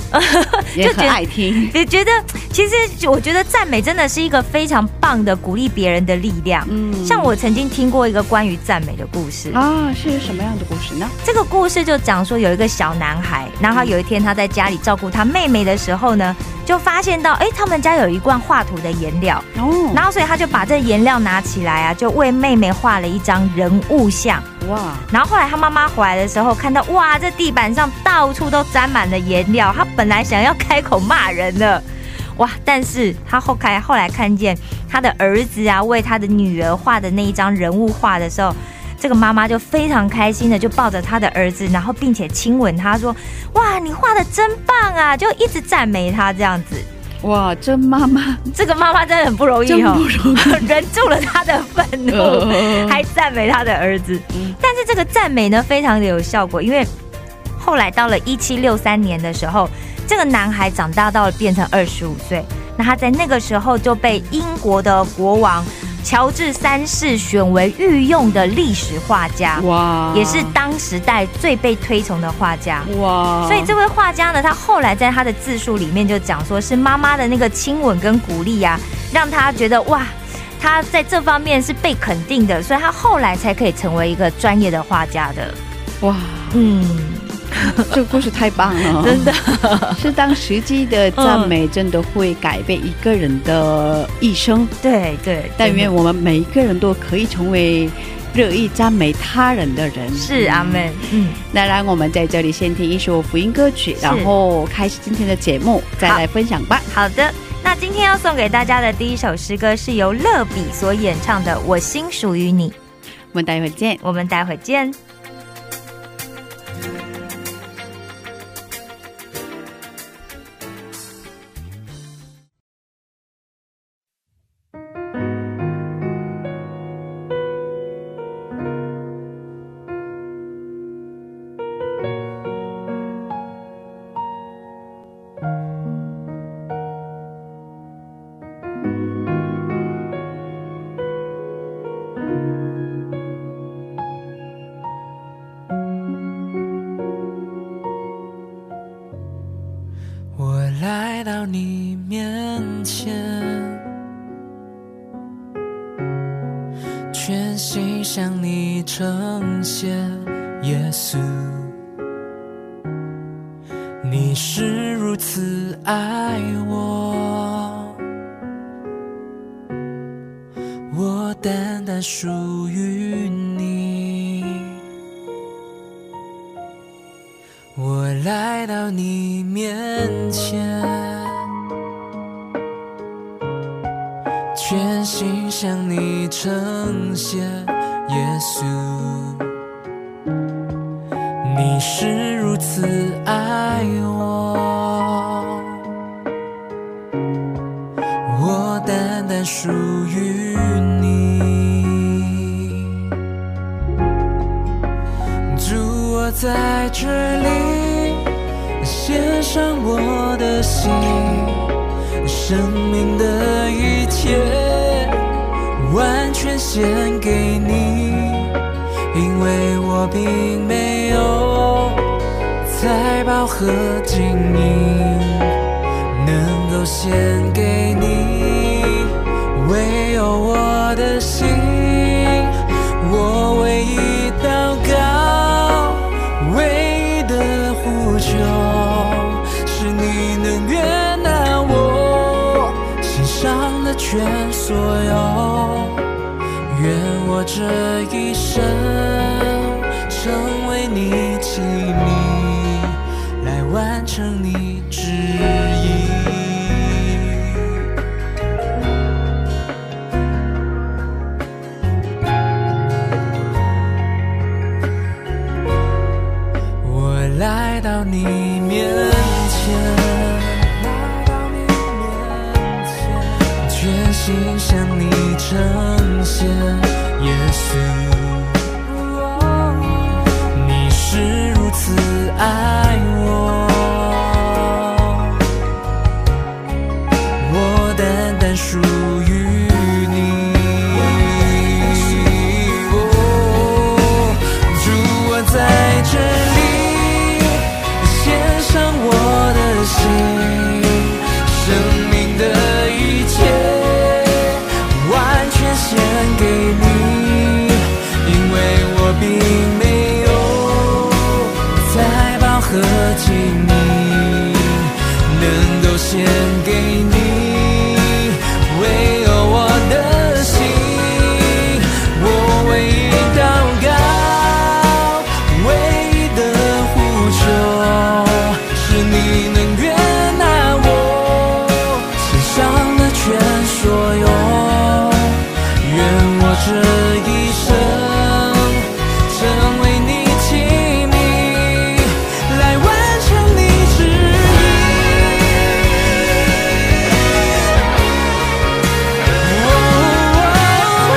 也就觉很得爱听。也觉得，其实我觉得赞美真的是一个非常棒的鼓励别人的力量。嗯像我曾经听过一个关于赞美的故事，啊，是什么样的故事呢？这个故事就讲说有一个小男孩，然后有一天他在家里照顾他妹妹的时候呢，就发现到哎他们家有一罐画图的颜料，哦，然后所以他就把这颜料拿起来啊，就为妹妹画了一张人物像。哇，然后后来他妈妈回来的时候，看到哇，这地板上到处都沾满了颜料，他本来想要开口骂人了。 哇！但是他后开后来看见他的儿子啊，为他的女儿画的那一张人物画的时候，这个妈妈就非常开心的就抱着他的儿子，然后并且亲吻他说：“哇，你画的真棒啊！”就一直赞美他这样子。哇，这妈妈这个妈妈真的很不容易真哦不，容 忍住了他的愤 怒。 易，还赞美他的儿子哦嗯。但是这个赞美呢，非常的有效果，因为后来到了一七六三年的时候，这个男孩长大到了变成二十五岁，那他在那个时候就被英国的国王乔治三世选为御用的历史画家，哇，也是当时代最被推崇的画家。哇，哦所以这位画家呢，他后来在他的自述里面就讲说，是妈妈的那个亲吻跟鼓励啊，让他觉得哇，他在这方面是被肯定的，所以他后来才可以成为一个专业的画家的。 哇，嗯，这个故事太棒了， 真的。 嗯是当实际的赞美真的会改变一个人的一生。对对，但真的愿我们每一个人都可以成为热意赞美他人的人。是阿妹。妹，嗯，那让我们在这里先听一首福音歌曲，然后开始今天的节目，再来分享吧。好的。那今天要送给大家的第一首诗歌是由乐比所演唱的《我心属于你》，我们待会儿见。我们待会见。我来到你面前，全心向你呈现，耶稣，你是如此爱我，我单单属于你。我来到你面前，全心向你呈现，耶稣，你是如此爱我，我单片属于你。主，我在这里献上我的心，生命的一切完全献给你，因为我并没有财宝和金银。能够献给你，唯有我的心，我唯一祷告，唯一的呼求，是你能悦纳我心上的全所有。愿我这一生成为你器皿，来完成你旨意。我来到你面前，全心向你呈现，耶稣，哦你是如此爱我，我单单属于你。哦主，我在这里献上我的心，生命的一切完全献给你，因为我并没有财宝和金银，能够献给你，唯有我的心，我唯一祷告，唯一的呼求，是你能悦纳我心上的全所有。愿我这一生成为你器皿，来完成你旨意。哦哦哦哦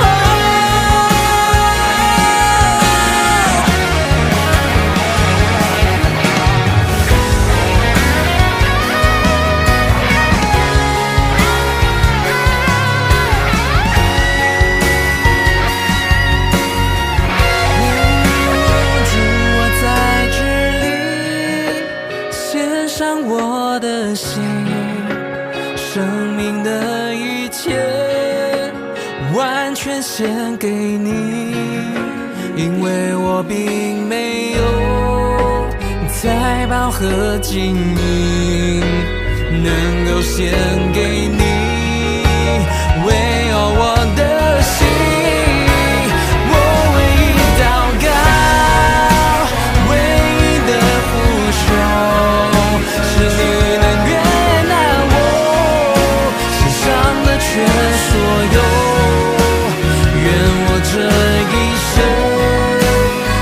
主，我在这里献上我的心，生命的一切完全献给你，因为我并没有财宝和金银能够献给你。唯有我的心，我唯一祷告，唯一的呼求，是你能悦纳我心上的全所有。愿我这一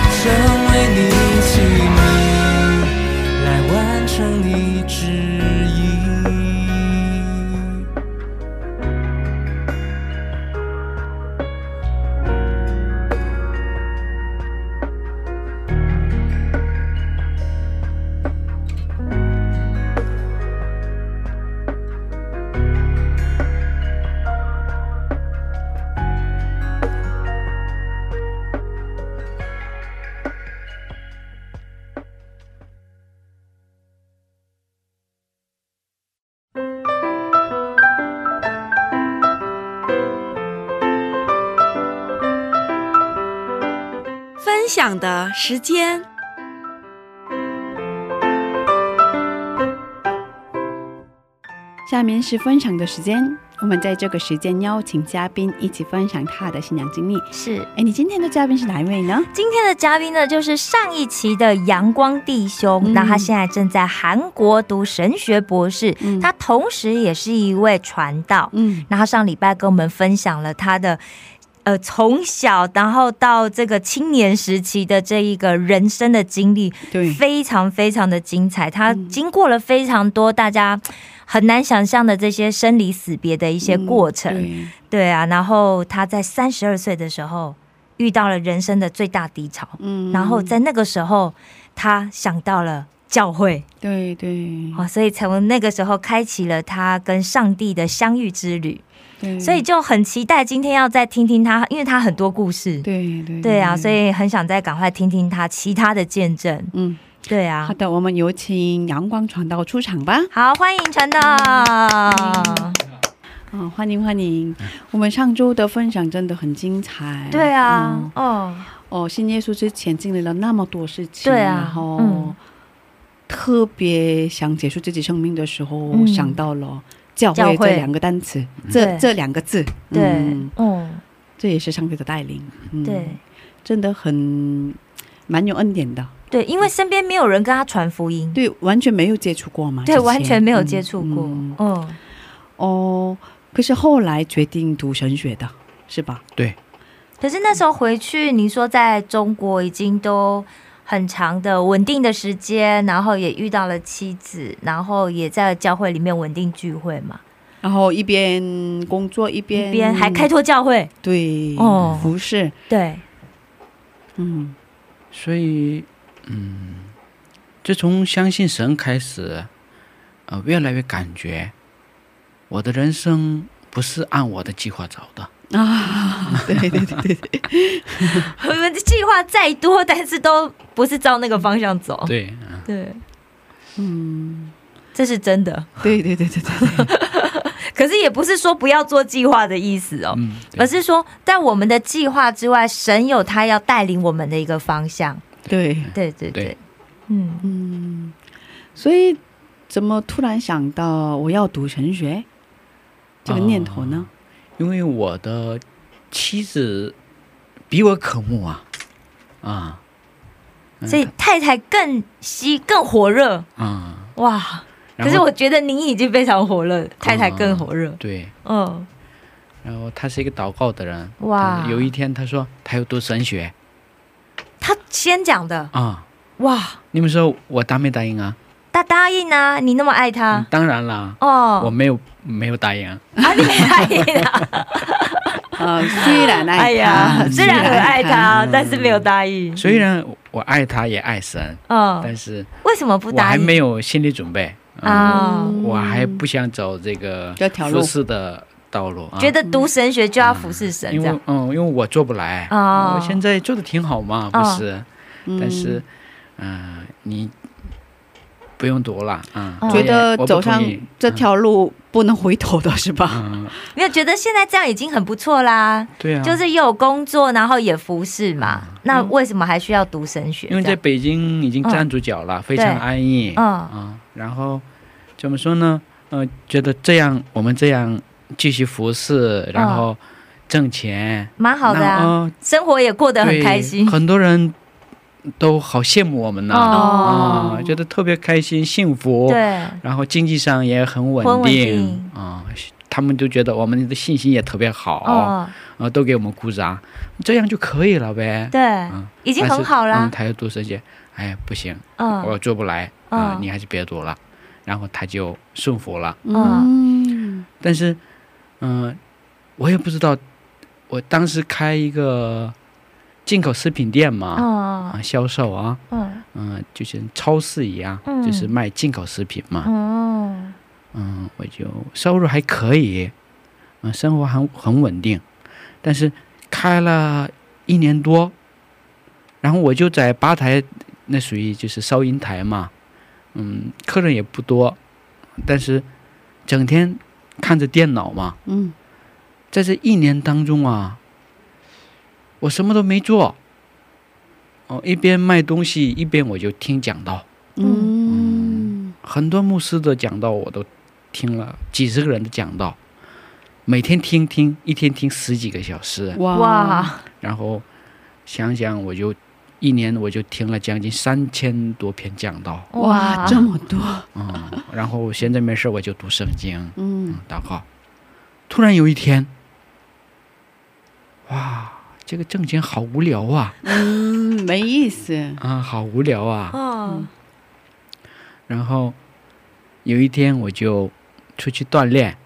生成为你器皿，来完成你旨意。分享的时间。下面是分享的时间，我们在这个时间邀请嘉宾一起分享他的新娘经历。是哎，你今天的嘉宾是哪一位呢？今天的嘉宾呢，就是上一期的阳光弟兄，嗯那他现在正在韩国读神学博士，嗯他同时也是一位传道。嗯那他上礼拜跟我们分享了他的呃从小，然后到这个青年时期的这一个人生的经历，嗯对，非常非常的精嗯彩。他经过了非常多大家很难想象的这些生离死别的一些过程，嗯对对啊。然后他在三十二岁的时候遇到了人生的最大低潮，嗯然后在那个时候他想到了教会。对对哦，所以从那个时候开启了他跟上帝的相遇之旅，对，所以就很期待今天要再听听他，因为他很多故事，对对对啊，所以很想再赶快听听他其他的见证，嗯，对啊好。的，我们有请阳光传道出场吧。好，欢迎传道。嗯哦，欢迎欢迎！我们上周的分享真的很精彩。对啊嗯，哦，哦，信耶稣之前经历了那么多事情，对啊然后、嗯特别想结束自己生命的时候，嗯想到了教教会会这两个单词，这对这两个字，对嗯，哦，这也是上帝的带领，嗯，对，真的很蛮有恩典的，对，因为身边没有人跟他传福音，对，完全没有接触过嘛，啊对，之前完全没有接触嗯过。嗯嗯，哦，可是后来决定读神学的，是吧？对，可是那时候回去，你说在中国已经都很长的稳定的时间，然后也遇到了妻子，然后也在教会里面稳定聚会嘛，然后一边工作一边一边还开拓教会，对哦服饰， 对，嗯所以，嗯，自从相信神开始，呃，越来越感觉我的人生不是按我的计划走的。啊，对对对对对，我们的计划再多，但是都不是照那个方向走，对，嗯对，嗯，这是真的。对对对对对对，可是也不是说不要做计划的意思哦，嗯，对而是说在我们的计划之外，神有他要带领我们的一个方向。对，对对对，对嗯，嗯，所以怎么突然想到我要读神学这个念头呢？因为我的妻子比我渴慕啊，啊嗯所以太太更吸更火热啊，哇！然可后啊是我觉得您已经非常火热，太太更火热。对，嗯，然后他是一个祷告的人，哇他有一天他说他要读神学他先讲的啊，哇，你们说我答没答应啊？他答应啊，你那么爱嗯他当然啦，我哦，没有没有答应啊，啊，你没 答应啊？哦啊，虽然爱他，哎呀，虽然很爱他，嗯但是没有答应。虽然我爱他也爱神，嗯，但是为什么不哎我答还应没嗯有心理准备，啊？嗯我还不想走这个这条服路侍的道路啊，觉得读神学就要服侍神因这样为嗯，因为我做不来，哦我现在做的挺好嘛，不哦是？嗯但是，嗯、你不用读了，嗯，哦我觉也得我不走同上意嗯这，条路不能回头的是吧？嗯，嗯没有觉得现在这样已经很不错啦，对啊，嗯就是又有工作，然后也服侍嘛，那为什么还需要读神学？因为这在样北京已经嗯站住脚了，非对常安逸，嗯嗯，然后怎么说呢？呃，觉得这样我们这样继续服侍，然嗯后挣钱，蛮好的那啊，哦生活也过得很对开心。很多人都好羡慕我们呢，啊、哦，觉得特别开心、幸福，对，然后经济上也很稳很稳定定啊、他们就觉得我们的信心也特别好，啊、哦，都给我们鼓掌，这样就可以了呗。对，嗯，已经但是很好啦嗯，。他要读神学，哎，不行，嗯我做不来啊、嗯你还是别读了。然后他就顺服了，嗯，但是，嗯、我也不知道，我当时开一个进口食品店嘛，嗯啊，销售啊，嗯嗯、就像超市一样，嗯就是卖进口食品嘛，嗯，嗯，我就收入还可以，嗯，生活很很稳定，但是开了一年多，然后我就在吧台，那属于就是收银台嘛，嗯，客人也不多，但是整天看着电脑嘛，嗯，在这一年当中啊，我什么都没做，哦，一边卖东西一边我就听讲道，嗯，很多牧师的讲道我都听了几十个人的讲道，每天听听，一天听十几个小时，嗯哇哇，然后想想我就一年我就听了将近三千多篇讲道，哇，这么多，嗯，然后闲着没事我就读圣经，嗯嗯，祷告。突然有一天，哇，这个挣钱好无聊啊，嗯，没意思。啊，好无聊啊。哦，然后有一天我就出去锻炼，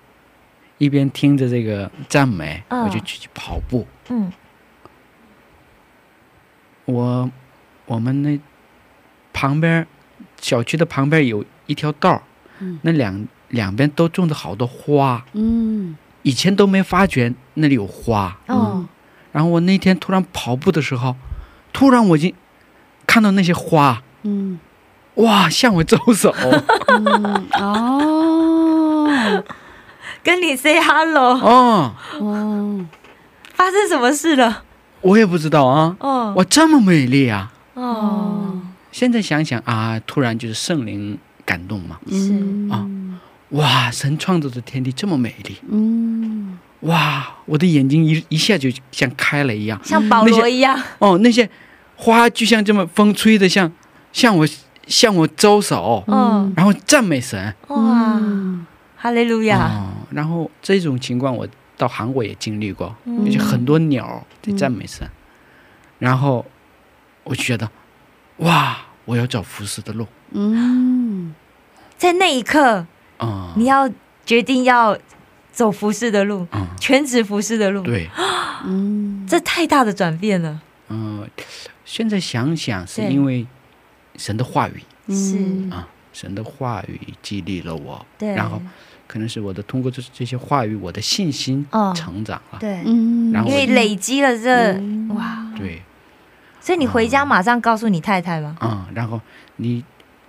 一边听着这个赞美，嗯我就去跑步。嗯，我我们那旁边小区的旁边有一条道儿嗯那两两边都种着好多花，嗯，以前都没发觉那里有花。哦，然后我那天突然跑步的时候，突然我就看到那些花，嗯，哇，向我招 手。嗯，哦，跟你 say hello，哦，哦，发生什么事了？我也不知道啊，哦，哇，这么美丽啊！哦，现在想想啊，突然就是圣灵感动嘛，是嗯啊，哇，神创造的天地这么美丽，嗯，哇，我的眼睛一一下就像开了一样，像保罗一样，哦，那些花就像这么风吹的像，向我向我招手，嗯，然后赞美神。哦嗯哇，嗯哈利路亚，哦，然后这种情况我到韩国也经历过，嗯就是很多鸟在赞美神，然后我就觉得，哇，我要找服侍的路嗯，在那一刻，啊，你要决定要走服饰的路，嗯，全职服饰的路，对。嗯，这太大的转变了。嗯，现在想想是对因为神的话语，是嗯啊神的话语激励了我，对，然后可能是我的通过这这些话语，我的信心哦成长了。对，嗯，然后因我为累积了这、嗯哇，对，所以你回家马上告诉你太太吗？啊、然后你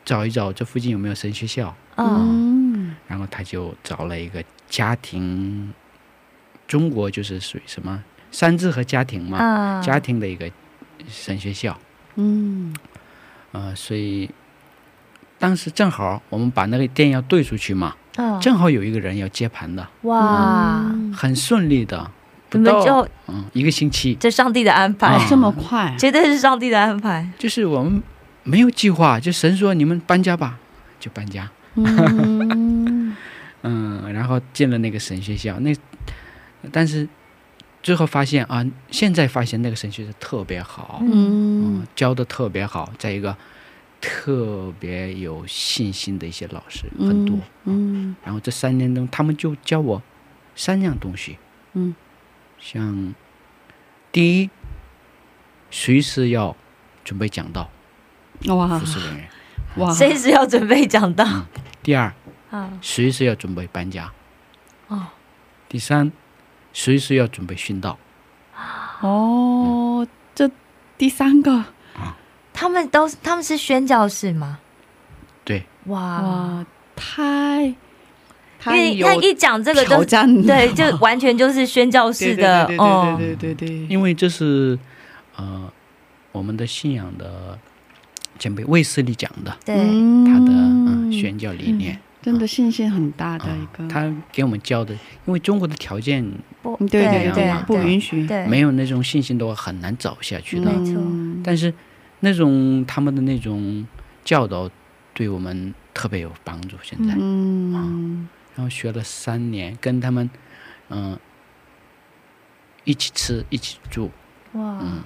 找一找这附近有没有神学校，嗯，嗯，然后他就找了一个家庭，中国就是属于什么三字和家庭嘛，啊家庭的一个神学校。嗯，呃，所以当时正好我们把那个店要兑出去嘛，嗯正好有一个人要接盘的，哇，嗯很顺利的，你不们到就嗯一个星期，这上帝的安排，啊哎这么快，绝对是上帝的安排。就是我们没有计划，就神说你们搬家吧，就搬家，嗯嗯，嗯，然后进了那个神学校，那但是最后发现啊，现在发现那个神学校特别好，嗯嗯，，教的特别好，再一个特别有信心的一些老师很多，嗯，然后这三年中，他们就教我三样东西。嗯，像第一，随时要准备讲道，啊哇服侍人员；哇，随时要准备讲到第二，啊，随时要准备搬家；哦，第三，随时要准备殉道。哦，这第三个，他们都是他们是宣教士吗？对，哇，哇，太啊因太为有他一讲这个挑就战，嗯对，就完全就是宣教士的对哦，对对对对对，因为这是呃我们的信仰的前辈卫斯理讲的，对，他的嗯宣教理念真的信心很大嗯的一啊、个，他给我们教的，因为中国的条件不对对对对，不对允许，对，没有那种信心的话，很难走下去的。没错嗯但是那种他们的那种教导，对我们特别有帮助。现嗯在，嗯然后学了三年，跟他们，嗯、一起吃，一起住，哇，嗯，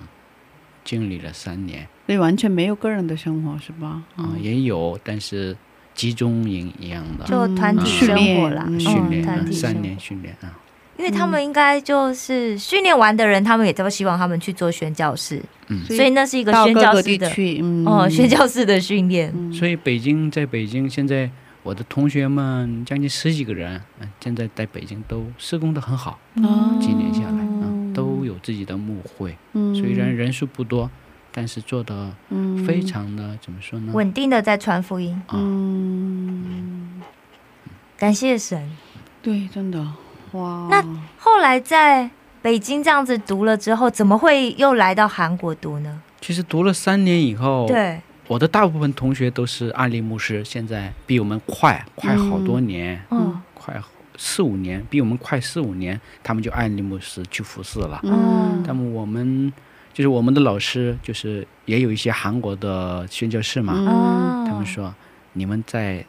经历了三年，所以完全没有个人的生活是吧？哦嗯啊、也有，但是集中营一样的就团体训生练活啦，嗯训嗯练，团啊，体三生年活，训练啊，因为他们应该就是训练完的人，他们也都希望他们去做宣教士，嗯。所以那是一个到宣各教个士地的区，嗯，哦，宣教士的训练，嗯，所以北京，在北京现在。我的同学们将近十几个人，嗯，现在在北京都施工的很好，嗯哦几年下来，嗯，都有自己的牧会，嗯虽然人数不多，但是做的嗯非常的、怎么说呢？稳定的在传福音，啊嗯，感谢神。对，真的哇，那后来在北京这样子读了之后，怎么会又来到韩国读呢？其实读了三年以后，对，我的大部分同学都是案例牧师，现在比我们快快好多年，嗯，快四五年，比我们快四五年，他们就案例牧师去服侍了。嗯那么我们就是我们的老师，就是也有一些韩国的宣教士嘛，嗯哦，他们说你们再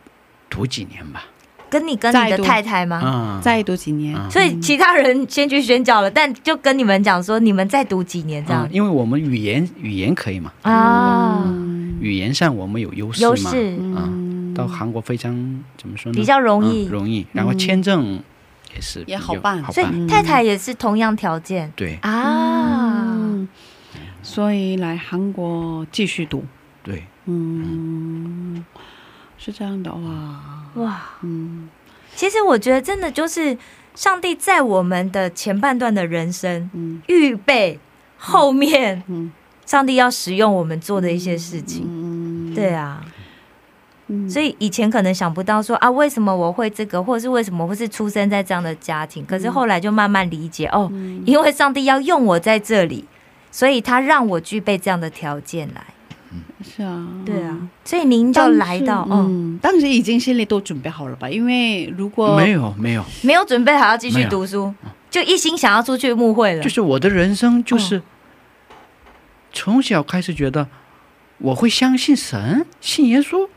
读几年吧，跟你跟你再的度太太吗？啊，再读几年，啊所以其他人先去宣教了，但就跟你们讲说，你们再读几年这样嗯因为我们语言语言可以嘛，啊，语言上我们有优势优嘛，势嗯，到韩国非常怎么说呢？比较容嗯易。容易，然后签证也是也比好嗯较办好所办，以太太也是同样条件对啊。嗯，所以来韩国继续读，对，嗯，是这样的哇，哇，嗯，其实我觉得真的就是上帝在我们的前半段的人生嗯预备后面，嗯上帝要使用我们做的一些事情。嗯，对啊，嗯，所以以前可能想不到说啊，为什么我会这个，或者是为什么我是出生在这样的家庭，嗯可是后来就慢慢理解哦，因为上帝要用我在这里，所以他让我具备这样的条件来。是啊，对啊，所以您就当时。来到，嗯，嗯，当时已经心里都准备好了吧？因为如果没有没有，没有准备好要继没续有读书，就一心想要出去牧啊会了就。是我的人生嗯就是从小开始觉得我会相信神，信耶稣。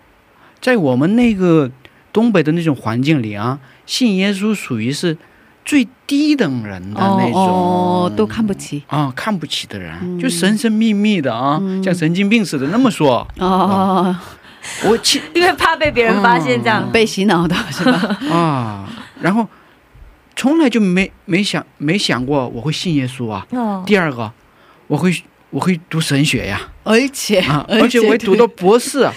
在我们那个东北的那种环境里啊，信耶稣属于是最低等人的哦那种，哦都看不嗯起啊看不起的人，就神神秘秘的啊，嗯像神经病似的那么说。哦，我其因为怕被别人发现这样。嗯 被洗脑的是吧？啊， 然后从来就没没想没想过我会信耶稣啊。哦，第二个，我会我会读神学呀，而且 啊，而且我会读到博士啊，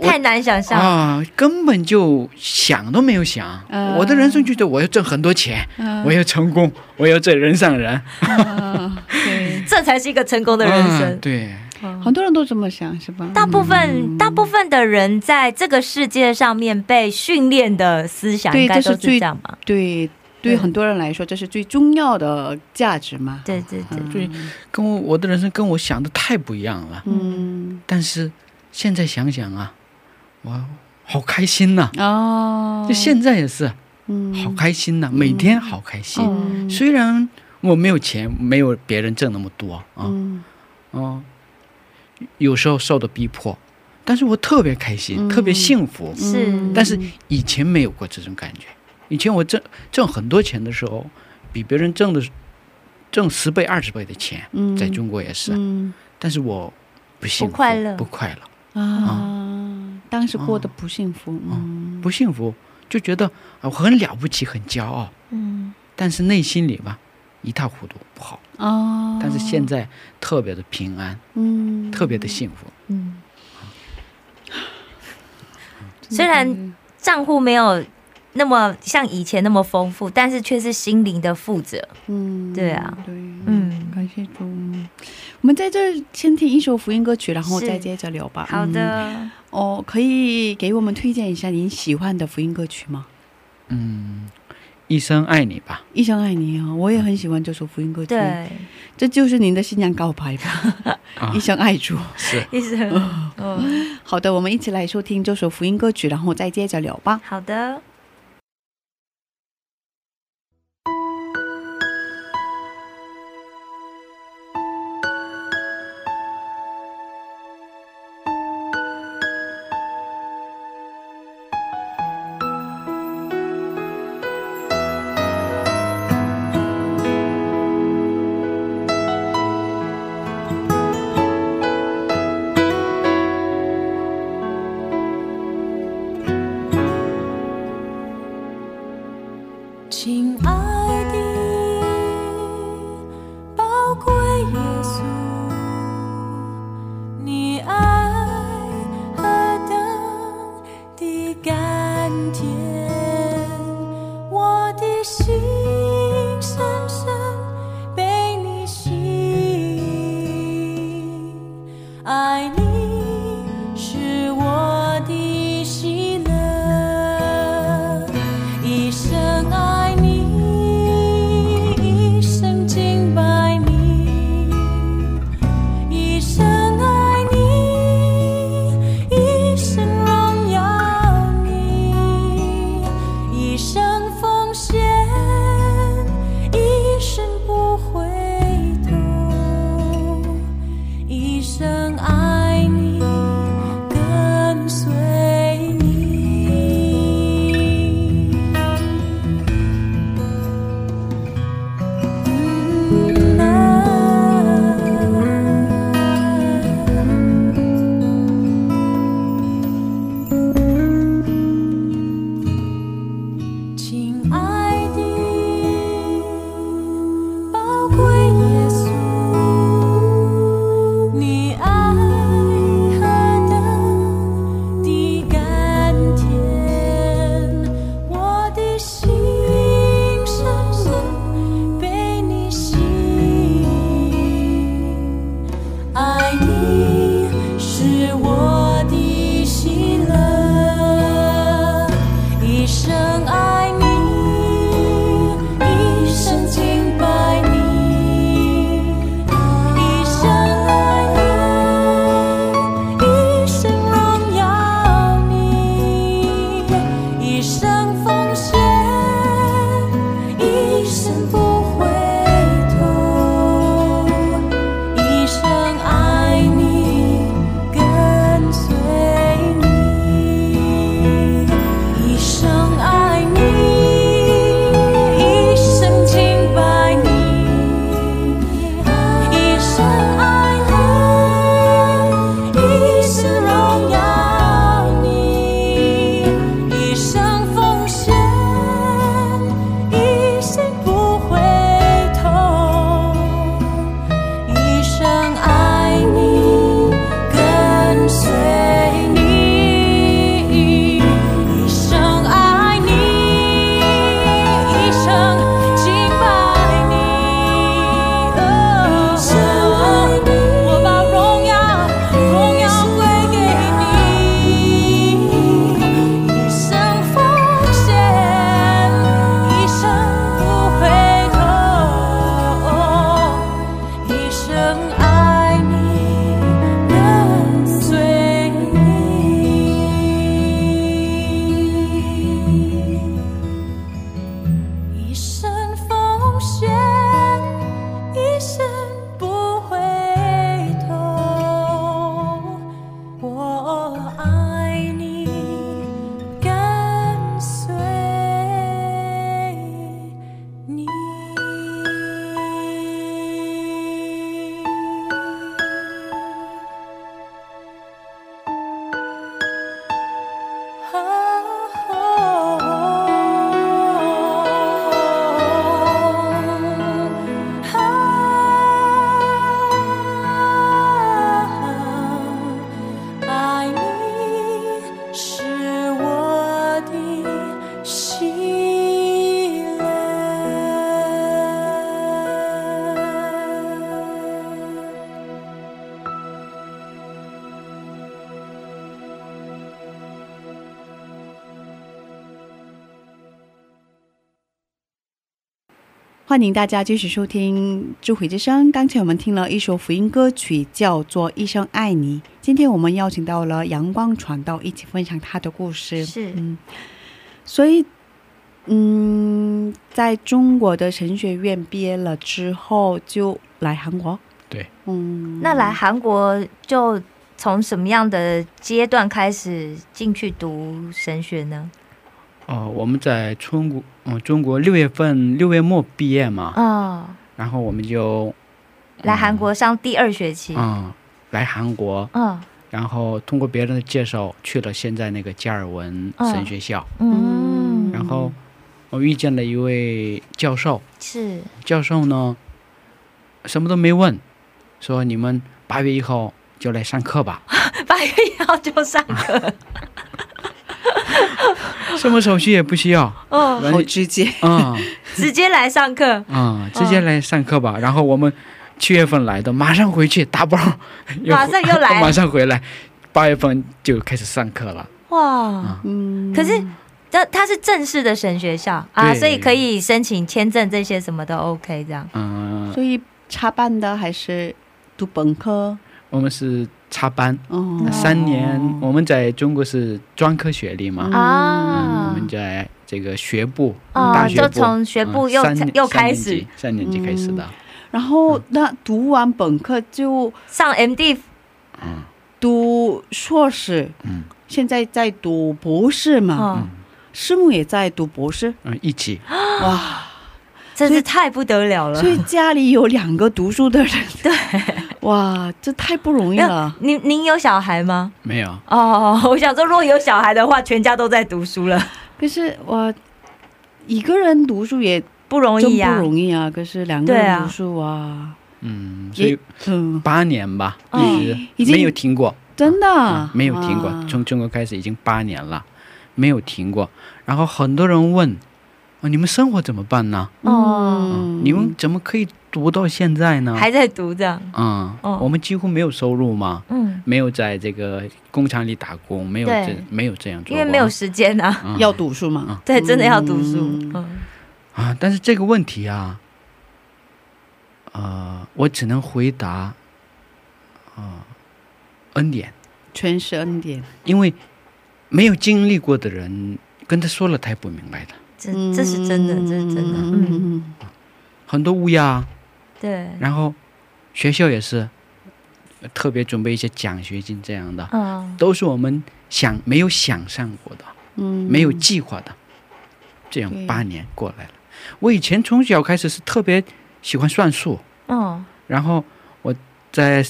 太难想象。啊，根本就想都没有想。呃嗯我的人生就觉得我要挣很多钱，嗯我要成功，我要做人上人。啊对，这才是一个成功的人嗯生。对，很多人都这么想是吧？大部分、大部分的人在这个世界上面被训练的思想，对应该都这是是最这样吧？对，对对很多人来说，这是最重要的价值嗯嘛。对对对，对，跟我我的人生跟我想的太不一样了。嗯，但是现在想想啊，我好开心呐、哦，就现在也是嗯好开心呐、每天好开心。嗯虽然我没有钱，没有别人挣那么多啊，嗯嗯，有时候受到逼迫，但是我特别开心，嗯特别幸福。是但是以前没有过这种感觉，以前我挣挣很多钱的时候，比别人挣的挣十倍、二十倍的钱，嗯在啊中国也是，嗯但是我不幸福，不快乐不快乐，啊，当时过得不幸福，嗯不幸福，就觉得啊我很了不起，很骄傲，嗯，但是内心里吧一塌糊涂，不好。哦，但是现在特别的平安，嗯特别的幸福。虽然账户没有那么像以前那么丰富，但是却是心灵的富者。嗯对啊，对嗯。嗯，感谢主，我们在这儿先听一首福音歌曲，然后是再接着聊吧。好嗯的。哦，可以给我们推荐一下您喜欢的福音歌曲吗？嗯，一生爱你吧。一生爱你啊，我也很喜欢这首福音歌曲，嗯对，这就是您的新娘告白吧？ 啊一，生爱主。是 医生，嗯，好的，我们一起来收听这首福音歌曲，然后再接着聊吧。好的，爱你跟随你。哦哦哦啊爱你是我的喜乐。欢迎大家继续收听《智慧之声》。刚才我们听了一首福音歌曲，叫做《一生爱你》。今天我们邀请到了阳光传道，一起分享他的故事。是嗯，所以，嗯，在中国的神学院毕业了之后，就来韩国。对，嗯，那来韩国就从什么样的阶段开始进去读神学呢？哦，我们在中国，嗯，中国六月份六月末毕业嘛，啊哦，然后我们就来韩国上第二学期。啊嗯来韩国，嗯然后通过别人的介绍去了现在那个加尔文神学校，嗯，然后我遇见了一位教授，是 教授呢什么都没问，说你们八月一号就来上课吧，八月一号就上课。什么手续也不需要，哦，完好直接，啊直接来上课。啊，直嗯接来上课吧。然后我们七月份来的，马上回去打包，又马上又来 马上回来，八月份就开始上课了。哇，嗯，可是这它是正式的神学校啊，对所以可以申请签证这些什么都 OK 这样。嗯、所以插班的还是读本科，我们是插班。哦，三年，我们在中国是专科学历嘛，我啊们在这个学部，嗯哦大学部，就从学部又嗯三又开始三年级三年级开始的，然后那读完本科就上 MD 嗯读硕士，嗯现在在读博士嘛，哦，师母也在读博士，嗯，一起，哇，真是太不得了了所。以家里有两个读书的人，对， 哇，这太不容易了。您您有小孩吗？没有，哦，我想说，如果有小孩的话，全家都在读书了， 可是我一个人读书也不容真易不呀、容易啊，可是两个对人啊读书啊，嗯，所也以嗯，八年吧，嗯一直、已经没有停过，真的、啊嗯没有停过哇，从中国开始已经八年了，没有停过。然后很多人问，哦，你们生活怎么办呢？哦嗯，你们怎么可以读到现在呢？还在读这样。嗯，哦我们几乎没有收入嘛，嗯，没有在这个工厂里打工，没有对这没有这样因做过，为没有时间啊。 嗯要读书嘛？对，真的要读书。嗯嗯，啊。但是这个问题啊，呃，我只能回答啊、恩典，全是恩典，因为没有经历过的人跟他说了，他也不明白的。这这是真的，这是真的。嗯，嗯，很多乌鸦，对，然后学校也是呃特别准备一些奖学金这样的，嗯，都是我们想没有想象过的，嗯没有计划的。这对嗯样八年过来了，我以前从小开始是特别喜欢算数，嗯，然后我在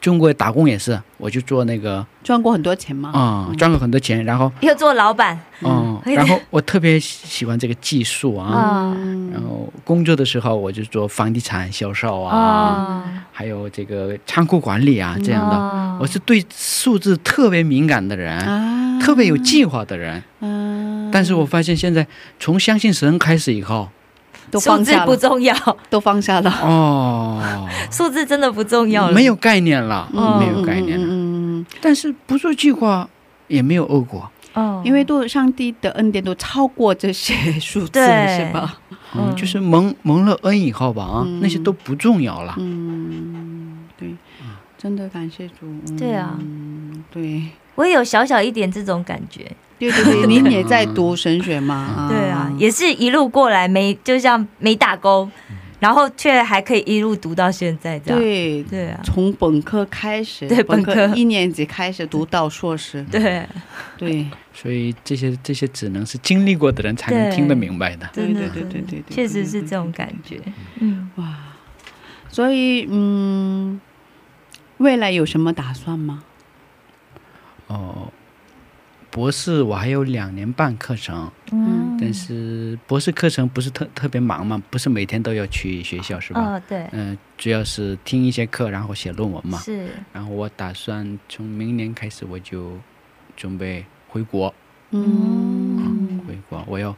中国打工也是，我就做那个赚过很多钱嘛？哦啊、嗯赚了很多钱，然后 又做老板。嗯，然后我特别喜欢这个技术啊。嗯嗯，然后工作的时候，我就做房地产销售啊，哦，还有这个仓库管理啊这样的。哦我是对数字特别敏感的人，啊特别有计划的人。嗯，但是我发现现在从相信神开始以后，都数放字下不了，重要，都放下了，哦，数字真的不重要了。没有概念了，哦嗯没有概念了。嗯，嗯嗯但是不做计划也没有恶果。哦，因为都上帝的恩典都超过这些数字，对是吧？嗯，嗯就是蒙蒙了恩以后吧，啊，嗯那些都不重要了。嗯，对，真的感谢主。嗯对啊，对，我也有小小一点这种感觉。对对嗯对，您也在读神学嘛？啊对啊，也是一路过来没，就像没打工，然后却还可以一路读到现在这样。对，对啊，从本科开始，对本本科一年级开始读到硕士，对，对，所以这些这些只能是经历过的人才能对听得明白的。真的对对对对对对确实是这种感觉。嗯，哇，所以嗯，未来有什么打算吗？哦，博士我还有两年半课程，嗯但是博士课程不是特特别忙嘛，不是每天都要去学校是吧？哦，对，嗯、主要是听一些课，然后写论文嘛。是然后我打算从明年开始我就准备回国，嗯，回国我要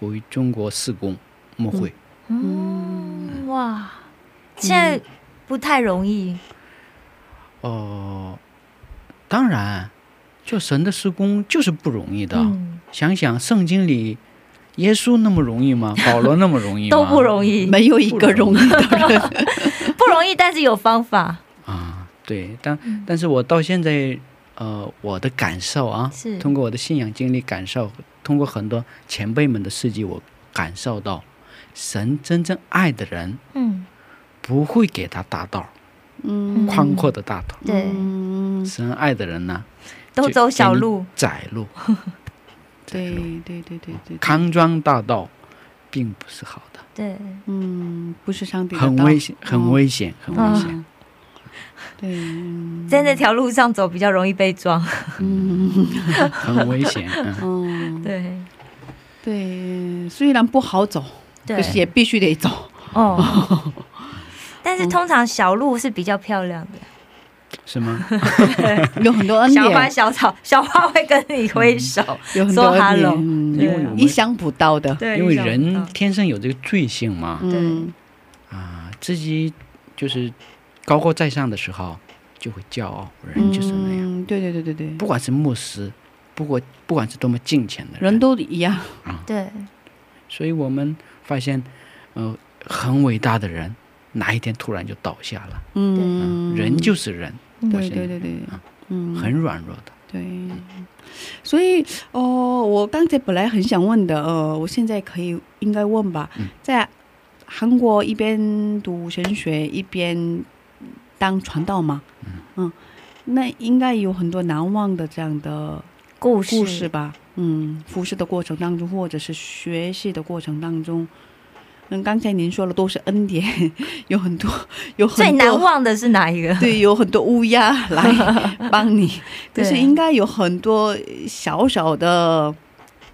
回中国四公莫会。嗯，哇，现在不太容易，哦，当然，做神的施工就是不容易的。嗯，想想圣经里，耶稣那么容易吗？保罗那么容易 吗？都不容易，没有一个容易 的人，不容易，但是有方法，啊。对，但嗯但是我到现在，呃，我的感受啊，嗯是通过我的信仰经历感受，通过很多前辈们的事迹，我感受到，神真正爱的人嗯，不会给他大道，嗯，宽阔的大道。对，嗯，神爱的人呢，都走小路，窄路，对对对对对，康庄大道，并不是好的，对，嗯，不是上帝的很道危险，很危险，很危险。嗯对，嗯在那条路上走比较容易被撞，很危险。 嗯，嗯，对，对，虽然不好走，可对，是也必须得走。 哦。 但是通常小路是比较漂亮的，是吗？有很多恩小花典，小草， 小花会跟你挥手，有很多说恩 hello，典，嗯对啊意想不到的。对，因为想不人到天生有这个罪性嘛，对嗯，啊，自己就是高高在上的时候就会骄傲，人就是那样。嗯，对对对对对，不管是牧师，不管不管是多么敬虔的人都一样。对，所以我们发现，呃，很伟大的人，哪一天突然就倒下了。嗯，人就是人，我对现在对对对啊，嗯，很软弱的。对。所以哦，我刚才本来很想问的，呃，我现在可以应该问吧，在韩国一边读神学一边当传道嘛，嗯，那应该有很多难忘的这样的故事故事吧，嗯，服侍的过程当中，或者是学习的过程当中，嗯，刚才您说了都是恩典，有很多，有很多最难忘的是哪一 个？对，有很多乌鸦来帮你，可对是应该有很多小小的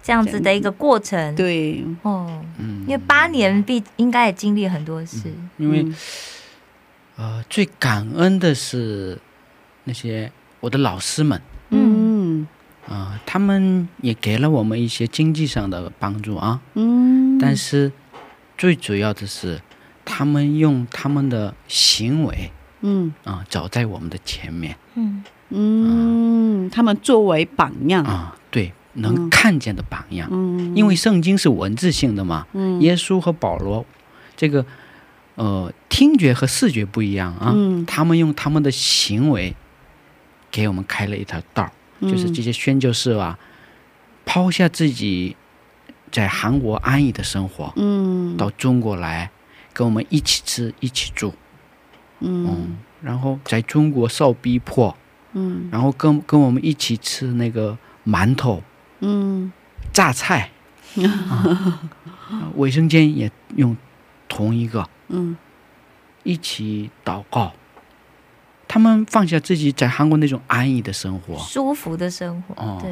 这样子的一个过程，对，哦，嗯因为八年必应该也经历很多事，因为嗯呃，最感恩的是那些我的老师们。嗯啊、他们也给了我们一些经济上的帮助啊，嗯，但是最主要的是，他们用他们的行为嗯啊、走在我们的前面嗯，嗯，他们作为榜样，啊、对，能看见的榜样。嗯，因为圣经是文字性的嘛，嗯耶稣和保罗，这个呃，听觉和视觉不一样啊，嗯他们用他们的行为给我们开了一条道儿。嗯就是这些宣教士啊，抛下自己在韩国安逸的生活，嗯到中国来跟我们一起吃一起住，嗯然后在中国受逼迫，嗯然后跟跟我们一起吃那个馒头、嗯 榨菜，啊、卫生间也用同一个，嗯一起祷告。他们放下自己在韩国那种安逸的生活，舒服的生活，哦对，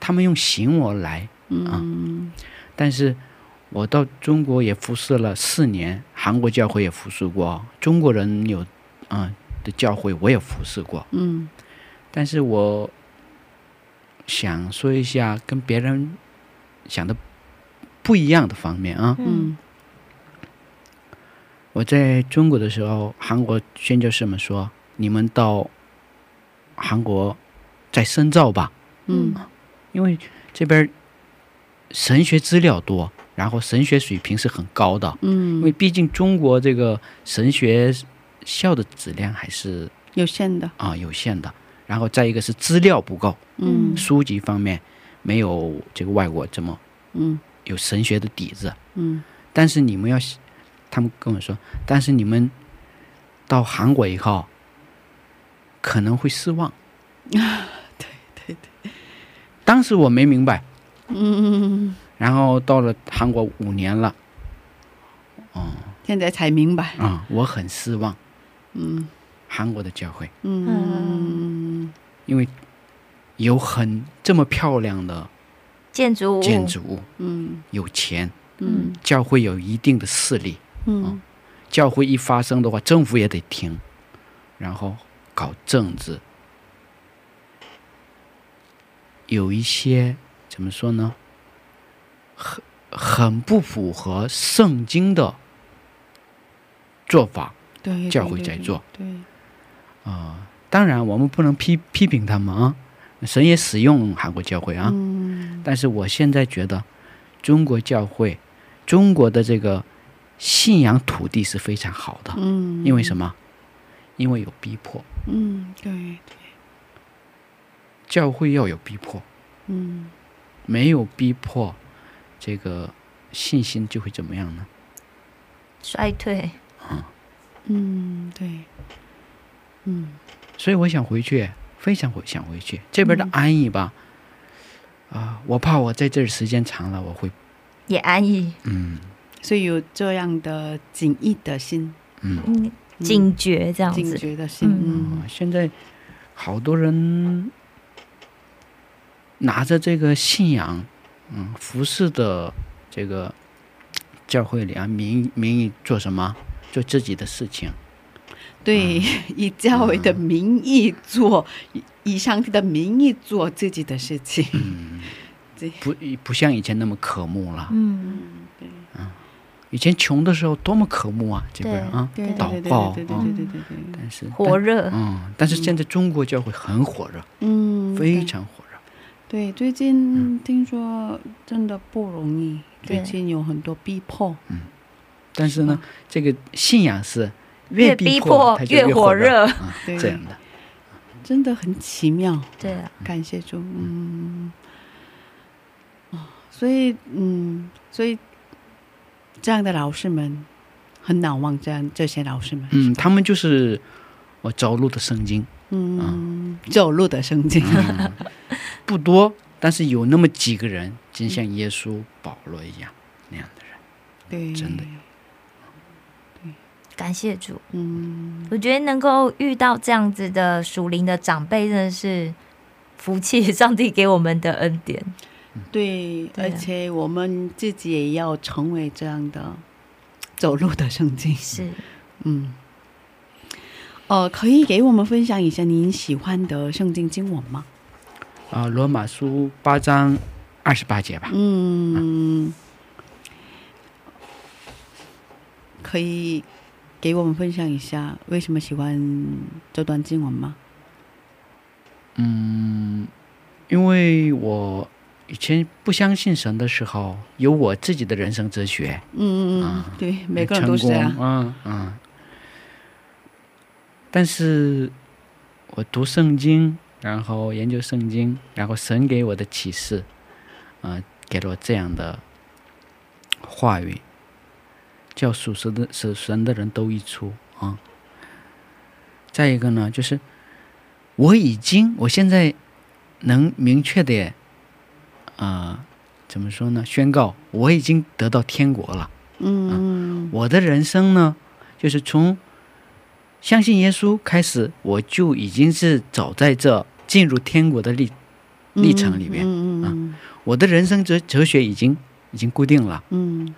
他们用行为来啊嗯但是我到中国也服侍了四年，韩国教会也服侍过，中国人有啊、嗯的教会我也服侍过。嗯但是我想说一下跟别人想的不一样的方面啊。嗯我在中国的时候，韩国宣教士们说：“你们到韩国再深造吧，嗯因为这边神学资料多，然后神学水平是很高的。”因为嗯，毕竟中国这个神学校的质量还是有限的，啊、有限的，然后再一个是资料不够，嗯书籍方面没有这个外国这么嗯有神学的底子。嗯但是你们要他们跟我说，但是你们到韩国以后可能会失望。 对对，当时我没明白，嗯，然后到了韩国五年了，现在才明白，啊、我很失望嗯韩国的教会，嗯嗯因为有很这么漂亮的建筑物，建筑物，嗯有钱，嗯教会有一定的势力，哦嗯教会一发生的话，政府也得停，然后搞政治，有一些怎么说呢？很很不符合圣经的做法。对，教会在做，对，当然，我们不能批批评他们啊，神也使用韩国教会啊。嗯但是我现在觉得，中国教会，中国的这个信仰土地是非常好的。嗯，因为什么？因为有逼迫，嗯对，教会要有逼迫，嗯没有逼迫，这个信心就会怎么样呢？衰退，嗯对，嗯所以我想回去，非常回想回去这边的嗯安逸吧。啊、我怕我在这儿时间长了，我会也安逸，嗯所以有这样的紧逸的心，嗯。嗯，警觉这样警子，觉的心，嗯啊现在好多人拿着这个信仰，嗯，服侍的这个教会里啊，名义名义做什么？做自己的事情。对，以教会的名义做，以以上帝的名义做自己的事情。不不像以前那么渴慕了。嗯，以前穷的时候多么渴慕啊，这边对啊，对对对祷对告对对啊，对对对对对，但是火热但，嗯，但是现在中国教会很火热，嗯，非对常火热。对。最近听说真的不容易，对最近有很多逼迫，但是呢，这个信仰是越逼逼迫它就越越火热，热啊，对这样的。真的很奇妙。对啊，感谢主，嗯，啊，所以，嗯，所以这样的老师们很难忘这样这些老师们，嗯，他们就是我走路的圣经，嗯，走路的圣经，不多，但是有那么几个人，真像耶稣、保罗一样那样的人。对，真的感谢主，嗯，我觉得能够遇到这样子的属灵的长辈，真的是福气， 上帝给我们的恩典。对，对啊而且我们自己也要成为这样的走路的圣 经，是，嗯。呃，可以给我们分享一下您喜欢的圣经经文吗？啊、罗马书八章二十八节吧。嗯，可以给我们分享一下为什么喜欢这段经文吗？因为我以前不相信神的时候，有我自己的人生哲学，嗯嗯嗯，对，每个人都是这成样。功嗯嗯。但是我读圣经，然后研究圣经，然后神给我的启示，啊、给了我这样的话语，叫属神的属神的人都一出啊。再一个呢，就是我已经，我现在能明确的，啊、怎么说呢？宣告我已经得到天国了。啊嗯我的人生呢，就是从相信耶稣开始，我就已经是走在这进入天国的历嗯历程里面。嗯嗯我的人生哲哲学已经已经固定了，嗯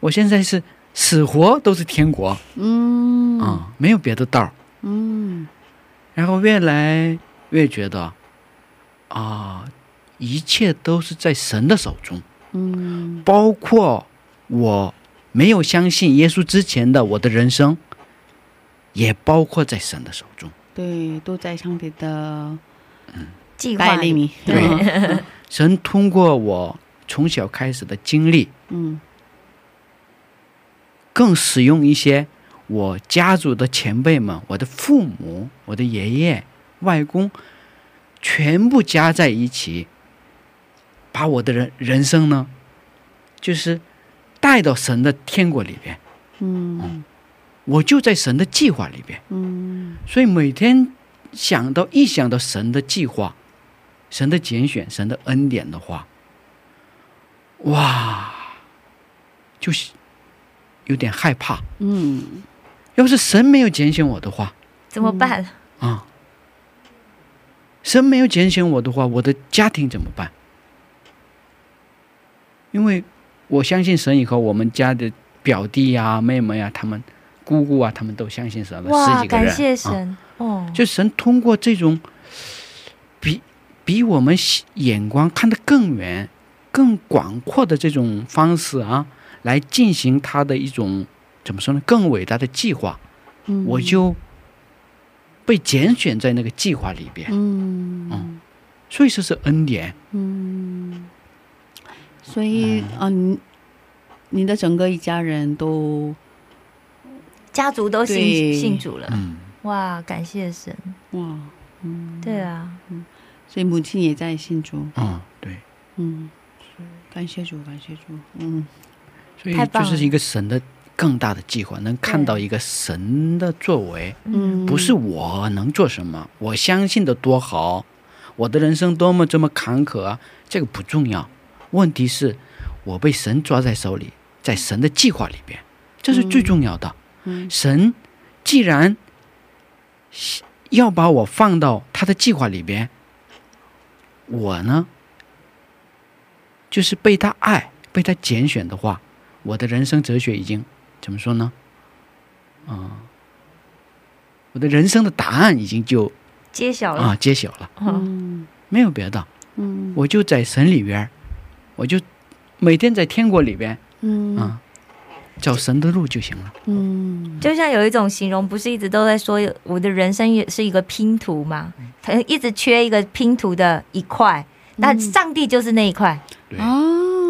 我现在是死活都是天国啊、啊嗯嗯没有别的道儿。嗯然后越来越觉得啊、一切都是在神的手中，嗯包括我没有相信耶稣之前的我的人生，也包括在神的手中。对，都在上帝的计划带里领里。对，神通过我从小开始的经历，嗯更使用一些我家族的前辈们，我的父母、我的爷爷、外公，全部加在一起，把我的人人生呢，就是带到神的天国里边。嗯我就在神的计划里边。嗯所以每天想到一想到神的计划、神的拣选、神的恩典的话，哇，就是有点害怕。 嗯，要是神没有拣选我的话，怎么办？啊、神没有拣选我的话，我的家庭怎么办？因为我相信神以后，我们家的表弟呀、妹妹呀、他们姑姑啊，他们都相信神了，十哇，几个人。感谢啊神、哦！就神通过这种比比我们喜眼光看得更远、更广阔的这种方式啊，来进行他的一种怎么说呢？更伟大的计划，嗯我就被拣选在那个计划里边，嗯所以说是恩典。嗯，所以啊，你你的整个一家人都家族都信对信主了，嗯，哇，感谢神！哇，嗯，对啊，所以母亲也在信主，嗯，对，嗯，感谢主，感谢主，嗯所以太棒就了是一个神的更大的计划，能看到一个神的作为。嗯，不是我能做什么，我相信的多好，我的人生多么这么坎坷啊，这个不重要。问题是，我被神抓在手里，在神的计划里边，这是最重要的。嗯神既然要把我放到他的计划里边，我呢，就是被他爱、被他拣选的话，我的人生哲学已经怎么说呢？啊、我的人生的答案已经就揭晓了，啊揭晓了，嗯嗯没有别的，嗯我就在神里边儿，我就每天在天国里边嗯啊，找神的路就行了。嗯，就像有一种形容，不是一直都在说我的人生也是一个拼图嘛，它一直缺一个拼图的一块，但上帝就是那一块，对，啊，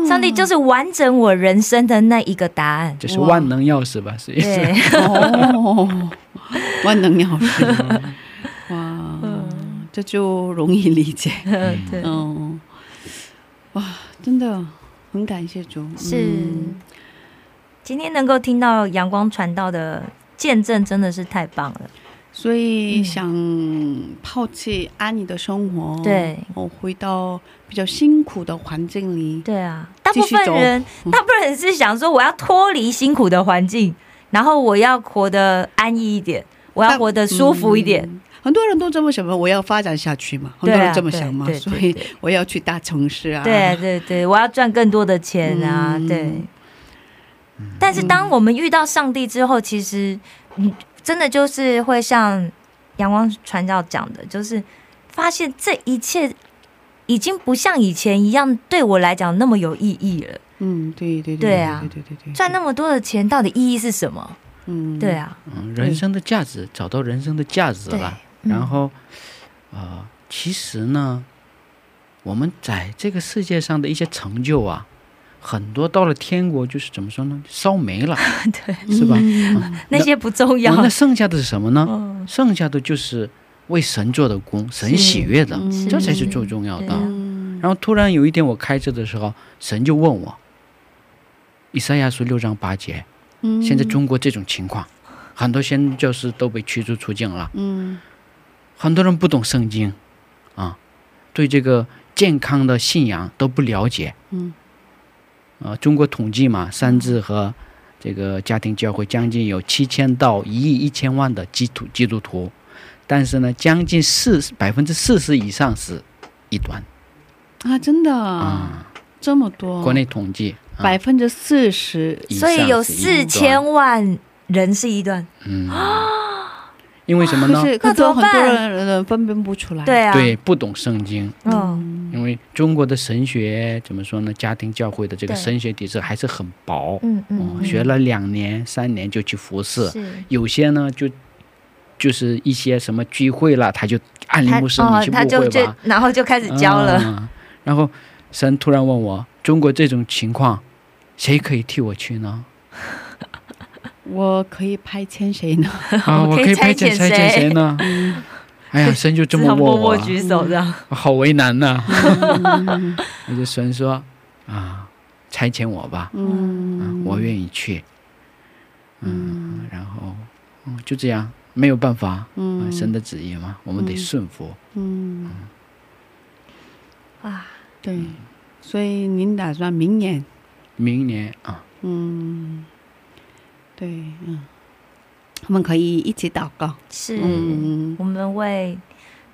上帝就是完整我人生的那一个答案。这是万能钥匙吧？是意思。对， 哦，万能钥匙，哇，嗯这就容易理解。 对，嗯，哇，真的很感谢主，是嗯今天能够听到阳光传道的见证，真的是太棒了。所以嗯想抛弃安逸的生活，对，我回到比较辛苦的环境里，对啊，大继部续分走嗯人，大部分人是想说，我要脱离辛苦的环境，然后我要活得安逸一点，我要但活得舒服一点。嗯很多人都这么想嘛，我要发展下去嘛，很多对人啊这么想嘛对，对所对以我要去大城市啊，对对对，我要赚更多的钱啊，嗯对。但是当我们遇到上帝之后，其实嗯，真的就是会像阳光传教讲的，就是发现这一切已经不像以前一样对我来讲那么有意义了。嗯，对对对啊对对对对，赚那么多的钱到底意义是什么？嗯，对，啊， 嗯，人生的价值，找到人生的价值对了。嗯然后，呃，其实呢，我们在这个世界上的一些成就啊，很多到了天国就是怎么说呢，烧没 了，嗯对，是吧？那些不重那嗯要。那剩下的是什么呢？嗯，剩下的就是为神做的功，神是喜悦的，嗯这才是最重要对的。啊嗯然后突然有一天我开车的时候，神就问我，以赛亚书六章八节，嗯现在中国这种情况，很多宣教士都被驱逐出境了。嗯很多人不懂圣经，啊，对这个健康的信仰都不了解。嗯，呃，中国统计嘛，三自和这个家庭教会将近有七千到一亿一千万的基督基督徒，但是呢，将近四百分之四十以上是异端啊，真的啊、这么哦多，国内统计，啊百分之四十，以所以上有是四异端千万哦人是一段，嗯，因为什么可呢？是那可怎是么很多办人人分辨不出来，对啊，对，不懂圣经，嗯，因为中国的神学怎么说呢？家庭教会的这个对神学底子还是很薄，嗯嗯哦嗯，学了两年、三年就去服侍，有些呢就就是一些什么聚会了，他就按铃他不是哦你去，他误就会就吧，然后就开始教了，嗯然后神突然问我：中国这种情况，谁可以替我去呢？我可以派遣谁呢？啊，我可以可以差派遣遣差遣谁谁呢？哎呀，神就这么只好问默我啊默，举手嗯这样。我好为难呐、 我就神说：啊，差遣我吧，嗯嗯，我愿意去。嗯，然后嗯就这样，没有办法，嗯嗯，神的旨意嘛，我们得顺服。嗯，啊，对，所以您打算明年，明年啊，嗯，对，嗯，我们可以一起祷告，是，嗯我们为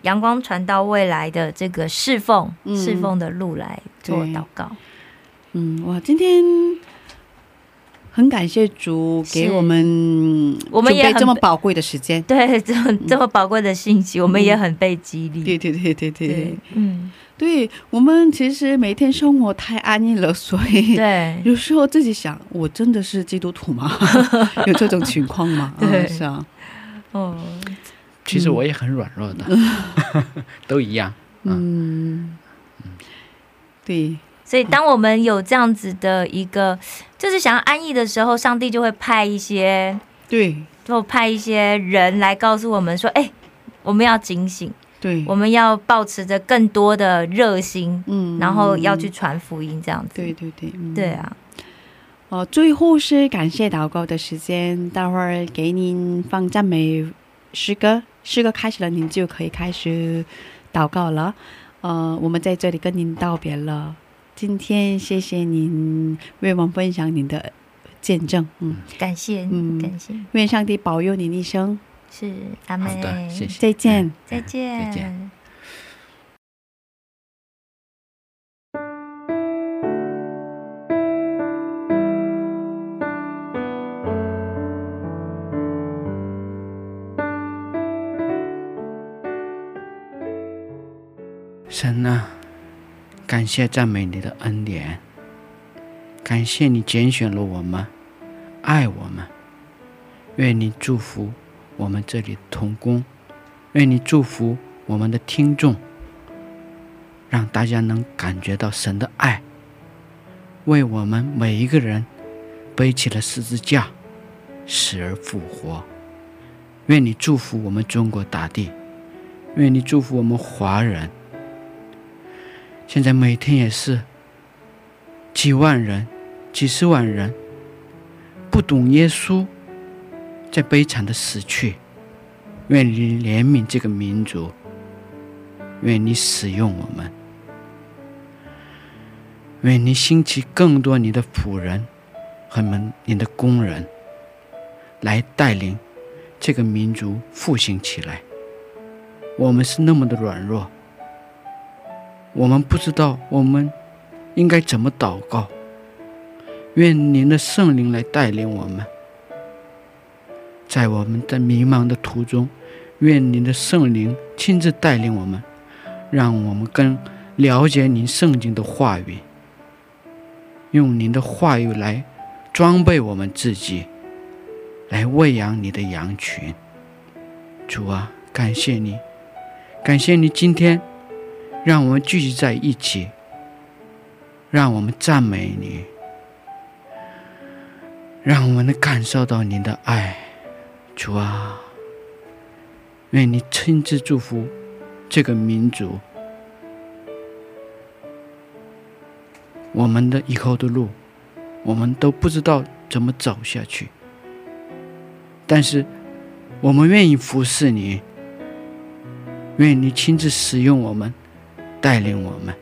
阳光传到未来的这个侍奉、嗯侍奉的路来做对祷告。嗯，我今天很感谢主给是我们嗯我们准也备很这么宝嗯贵的时间，对，这么这么宝贵的信息，我们也很被激励。对对对对对嗯对对，，嗯，对我们其实每天生活太安逸了，所以嗯对，有时候自己想，我真的是基督徒 吗？有这种情况吗？嗯对是啊，哦，其实我也很软弱的， 都一样。嗯，对，所以当我们有这样子的一个，就是想要安逸的时候，上帝就会派一些，对，就派一些人来告诉我们说，哎、我们要警醒，对，我们要保持着更多的热心，嗯然后要去，传福音，这样子。对对对，嗯对。啊，哦，最后是感谢祷告的时间，待会儿给您放赞美诗歌，诗歌开始了，您就可以开始祷告了。呃，我们在这里跟您道别了。今天谢谢您为我们分享您的见证，嗯，感谢，嗯感谢，愿上帝保佑您一生。是阿好妹，的，谢谢，再见。再见，再见。神啊，感谢赞美你的恩典，感谢你拣选了我们，爱我们。愿你祝福我们这里的童工，愿你祝福我们的听众，让大家能感觉到神的爱，为我们每一个人背起了十字架，死而复活。愿你祝福我们中国大地，愿你祝福我们华人。现在每天也是几万人、几十万人不懂耶稣，在悲惨的死去。愿你怜悯这个民族，愿你使用我们，愿你兴起更多你的仆人和们你的工人，来带领这个民族复兴起来。我们是那么的软弱，我们不知道我们应该怎么祷告。愿您的圣灵来带领我们。在我们的迷茫的途中，愿您的圣灵亲自带领我们，让我们更了解您圣经的话语，用您的话语来装备我们自己，来喂养你的羊群。主啊，感谢你，感谢你今天让我们聚集在一起，让我们赞美你，让我们能感受到您的爱。主啊，愿你亲自祝福这个民族，我们的以后的路，我们都不知道怎么走下去。但是，我们愿意服侍你，愿你亲自使用我们，带领我们，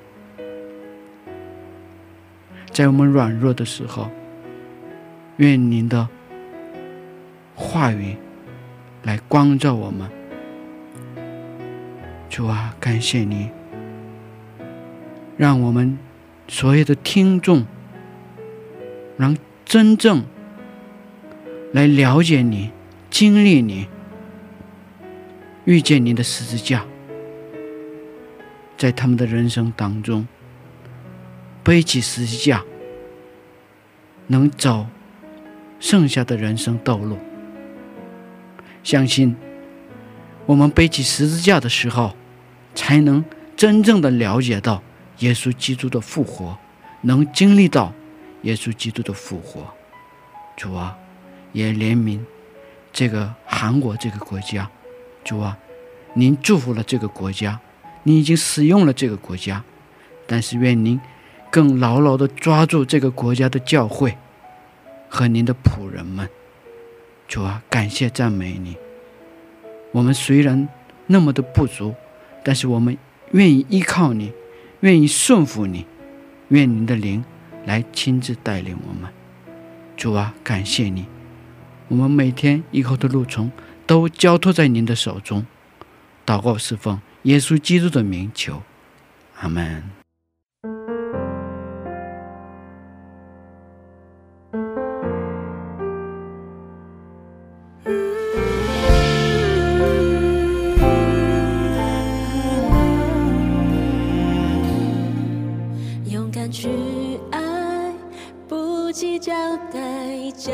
在我们软弱的时候，愿您的话语来光照我们。主啊，感谢你，让我们所有的听众，能真正来了解你、经历你、遇见你的十字架，在他们的人生当中背起十字架，能走剩下的人生道路。相信我们背起十字架的时候，才能真正的了解到耶稣基督的复活，能经历到耶稣基督的复活。主啊，也怜悯这个韩国这个国家，主啊，您祝福了这个国家，您已经使用了这个国家，但是愿您更牢牢地抓住这个国家的教会和您的仆人们，主啊，感谢赞美你。我们虽然那么的不足，但是我们愿意依靠你，愿意顺服你，愿您的灵来亲自带领我们。主啊，感谢你，我们每天以后的路程都交托在您的手中。祷告侍奉耶稣基督的名求，阿门。勇敢去爱，不计较代价。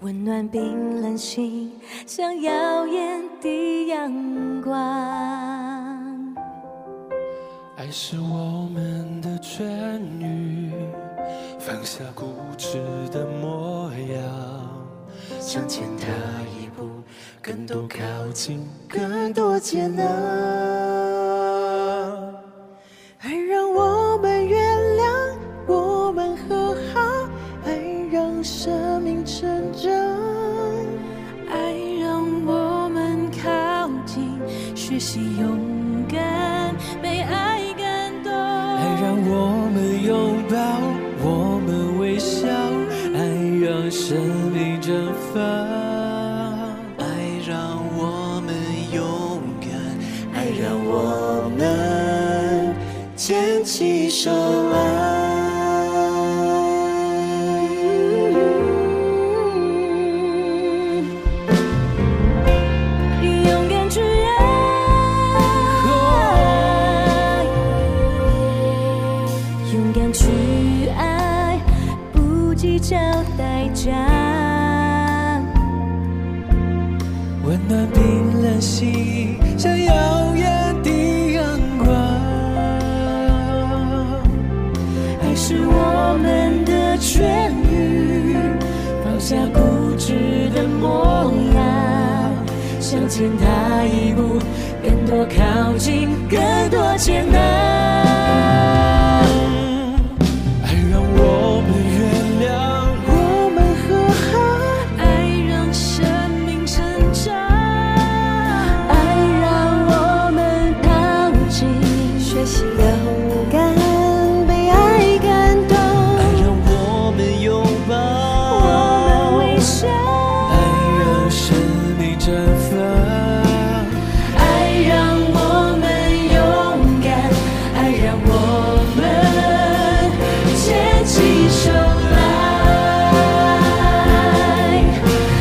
温暖冰冷心，像耀眼的阳光。爱是我们的痊愈，放下固执的模样，向前踏一步，更多靠近，更多接纳。爱让我们原谅，我们和好，爱让生命成长。爱让我们靠近，学习勇敢，被爱感动。爱让我们拥抱，我们微笑，爱让生命绽放。爱让我们勇敢，爱让我们牵起手来。勇敢去爱，勇敢去爱，不计较代价。温暖冰冷心，像耀眼的阳光。爱是我们的痊愈，放下固执的模样，向前踏一步，更多靠近，更多接纳。爱让我们原谅，我们和好。爱让生命成长，爱让我们靠近，学习勇敢。被爱感动。爱让我们拥抱，我们微笑，爱让生命绽放。爱让我们勇敢，爱让我们牵起手来，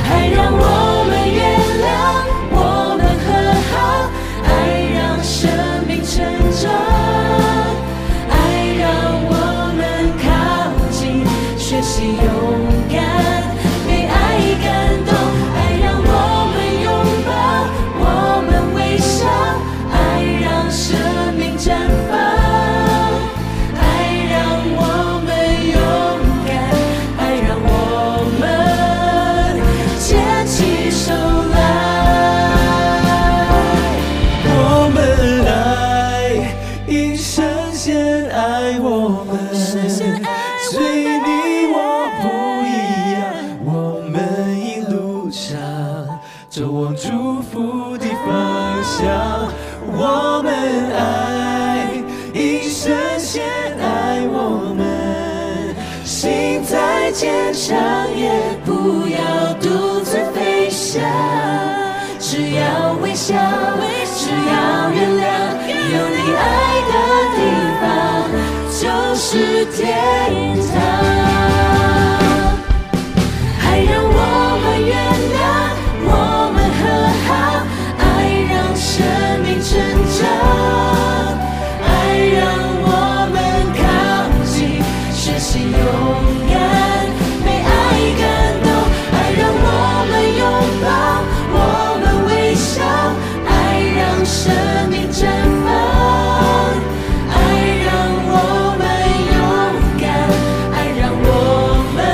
爱让我们原谅，我们和好，爱让生命成长，爱让我们靠近，学习勇敢，被爱感动，爱让我们拥抱，我们微笑，爱让生命绽放，爱让我们勇敢，爱让我们牵起手来。我们来，因神先爱我们，所以你我不一样，我们一路上走往祝福的方向。我们爱，因神先爱我们，心再坚强也不要独自飞翔。只要微笑，只要原谅，有你爱的地方就是天堂。爱让我们原谅，我们和好，爱让生命成长，爱让我们靠近，学习勇敢，被爱感动，爱让我们拥抱，我们微笑，爱让生命绽放。爱让我们勇敢，爱让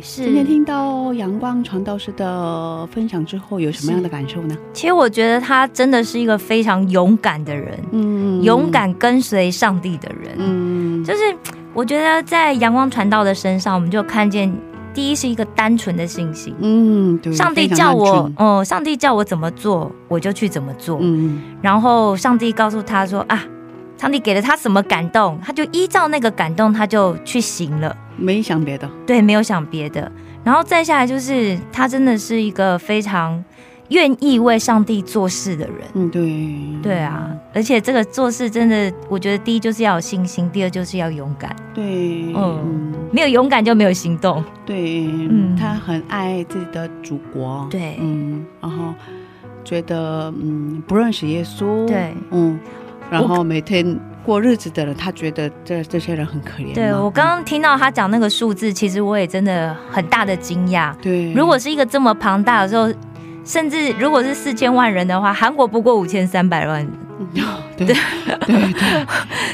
是哎今天听到阳光传道师的分享之后，有什么样的感受呢？其实我觉得他真的是一个非常勇敢的人，嗯勇，敢跟随上帝的人。嗯，就是我觉得在阳光传道的身上，我们就看见第一是一个单纯的信心。嗯，对，上帝非常叫我安，全，哦、上帝叫我怎么做，我就去怎么做。嗯然后上帝告诉他说啊，上帝给了他什么感动，他就依照那个感动，他就去行了。没想别的，对，没有想别的。然后再下来就是他真的是一个非常愿意为上帝做事的人。嗯，对，对啊，而且这个做事真的，我觉得第一就是要有信心，第二就是要勇敢。对，嗯嗯，没有勇敢就没有行动。对，嗯他很爱自己的祖国，对嗯，然后觉得嗯不认识耶稣，对，嗯，然我后每天过日子的人，他觉得这这些人很可怜嘛，对我刚刚听到他讲那个数字，其实我也真的很大的惊讶。对，如果是一个这么庞大的时候，甚至如果是四千万人的话，韩国不过五千三百万， 嗯 对对啊对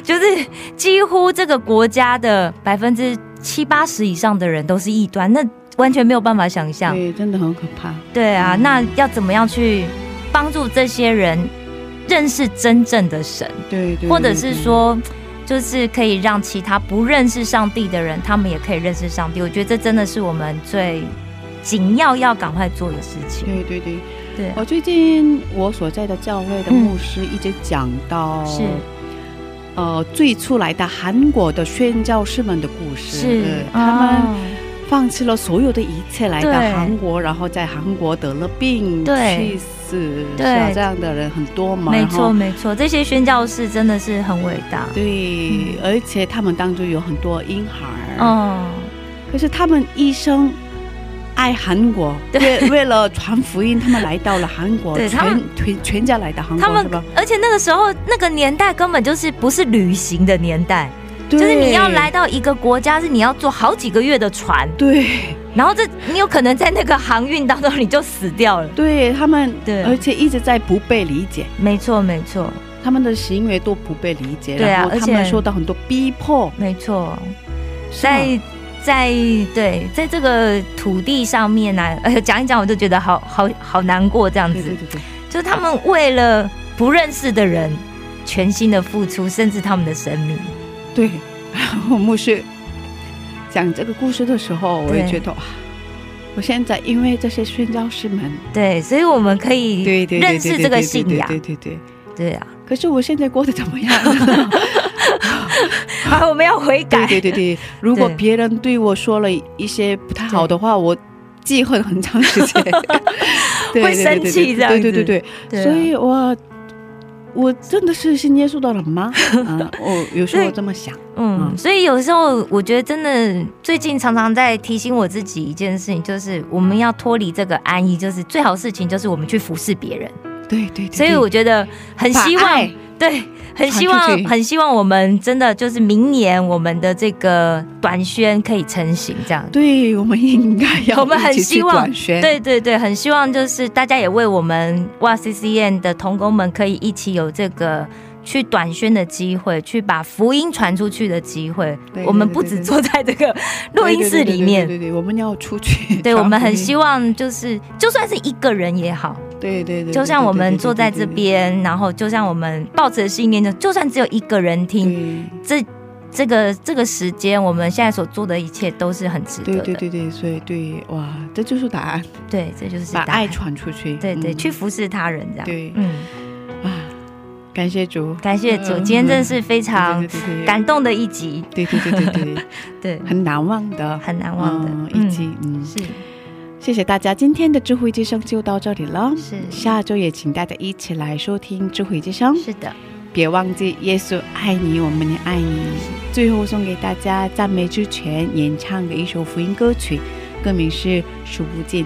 就是几乎这个国家的百分之七八十以上的人都是异端，那完全没有办法想象。对，真的很可怕，对啊，那要怎么样去帮助这些人认识真正的神，对对，或者是对，说，就是可以让其他不认识上帝的人，他们也可以认识上帝。我觉得这真的是我们最紧要要赶快做的事情。对对对，对啊，我最近我所在的教会的嗯牧师一直讲到是呃最初来的韩国的宣教士们的故事，是对，他们。哦放弃了所有的一切来到对韩国，然后在韩国得了病，对去死，对是吧啊这样的人很多嘛，没然错后。没错，这些宣教士真的是很伟大。对嗯，而且他们当中有很多婴孩，哦，可是他们一生爱韩国，为为了传福音，他们来到了韩国，对他全们全全家来到韩他国，们是吧？而且那个时候那个年代根本就是不是旅行的年代，就就是你要来，到一个国家，是你要坐好几个月的船，对然后这你有可能在那个航运当中你就死掉了。对，他们对而且一直在不被理解，没错，没错，他们的行为都不被理解，对啊然后他而们且受到很多逼迫，没错，是吗在在对，在这个土地上面呢、啊，呃，讲一讲我就觉得好好好难过，这样子，对对对对。就是他们为了不认识的人，全心的付出，甚至他们的生命。对，然后牧师讲这个故事的时候，我也对觉得哇，我现在因为这些宣教师们，对，所以我们可以对对对认识这个信仰对。对对对对。对啊， 可是我现在过得怎么样？好，我们要悔改对。对对对，如果对别人对我说了一些不太好的话，我记恨很长时间，对会生气这样子对对对对对，对啊所以我。我真的是信耶稣的人吗？啊，我有时候这么想，嗯，嗯所以有时候我觉得真的，最近常常在提醒我自己一件事情，就是我们要脱离这个安逸，就是最好事情就是我们去服侍别人。对对对对，所以我觉得很希把望爱，对，很希传出望，去很希望我们真的就是明年我们的这个短宣可以成型，这样。对我们应该要我们很一起去希望短宣，对对对，很希望就是大家也为我们哇 C C N 的同工们可以一起有这个去短宣的机会，去把福音传出去的机会。对对我们不只坐在这个录音室里面，对对对对对对，我们要出去。对我们很希望，望就是就算是一个人也好，对对对，就像我们坐在这边，然后就像我们抱持的信念，就就算只有一个人对，听这。这个这个时间，我们现在所做的一切都是很值得对的。对对对对，所以对，哇，这就是答案，对这就是把答案爱传出去。对对，嗯去服侍他人这样。对嗯。啊，感谢主，感谢主，嗯今天真的是非常对对对对感动的一集，对对对对 对，对，很难忘的，很难忘的嗯嗯一集。嗯，是谢谢大家，今天的智慧之声就到这里了。是下周也请大家一起来收听智慧之声。是的，别忘记，耶稣爱你，我们也爱你。最后送给大家赞美之泉演唱的一首福音歌曲，歌名是《数不尽》。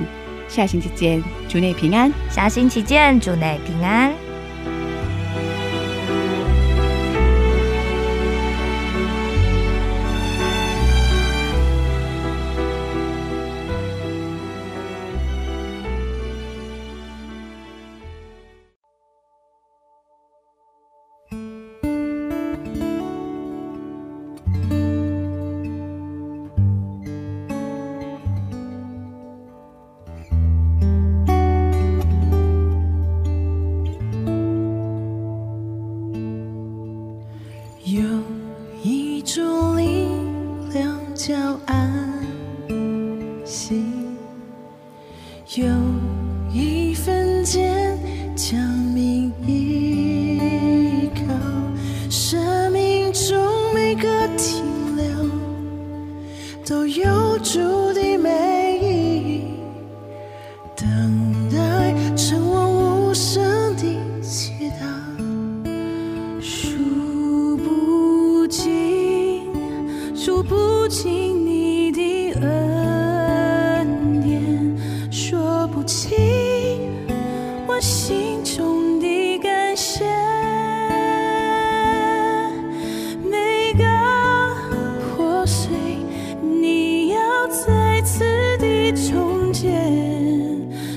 下星期见，主内平安。下星期见，主内平安。叫安心，有一份坚强命依靠，生命中每个停留都有注定美意，等待成我无声的祈祷。数不尽，数不尽你的恩典，说不清我心中的感谢。每个破碎，你要再次的重建，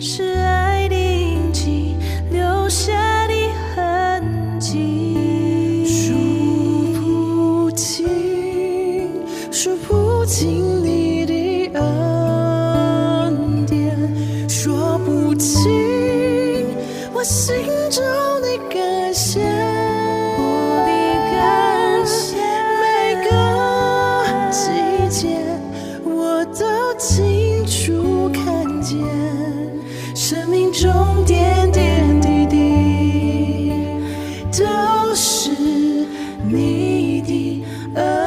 是爱的印记留下的痕迹。数不尽，数不尽你的恩典，说不清我心中的感谢。我的感谢，每个季节我都清楚看见，生命中点点滴滴都是你的。恩。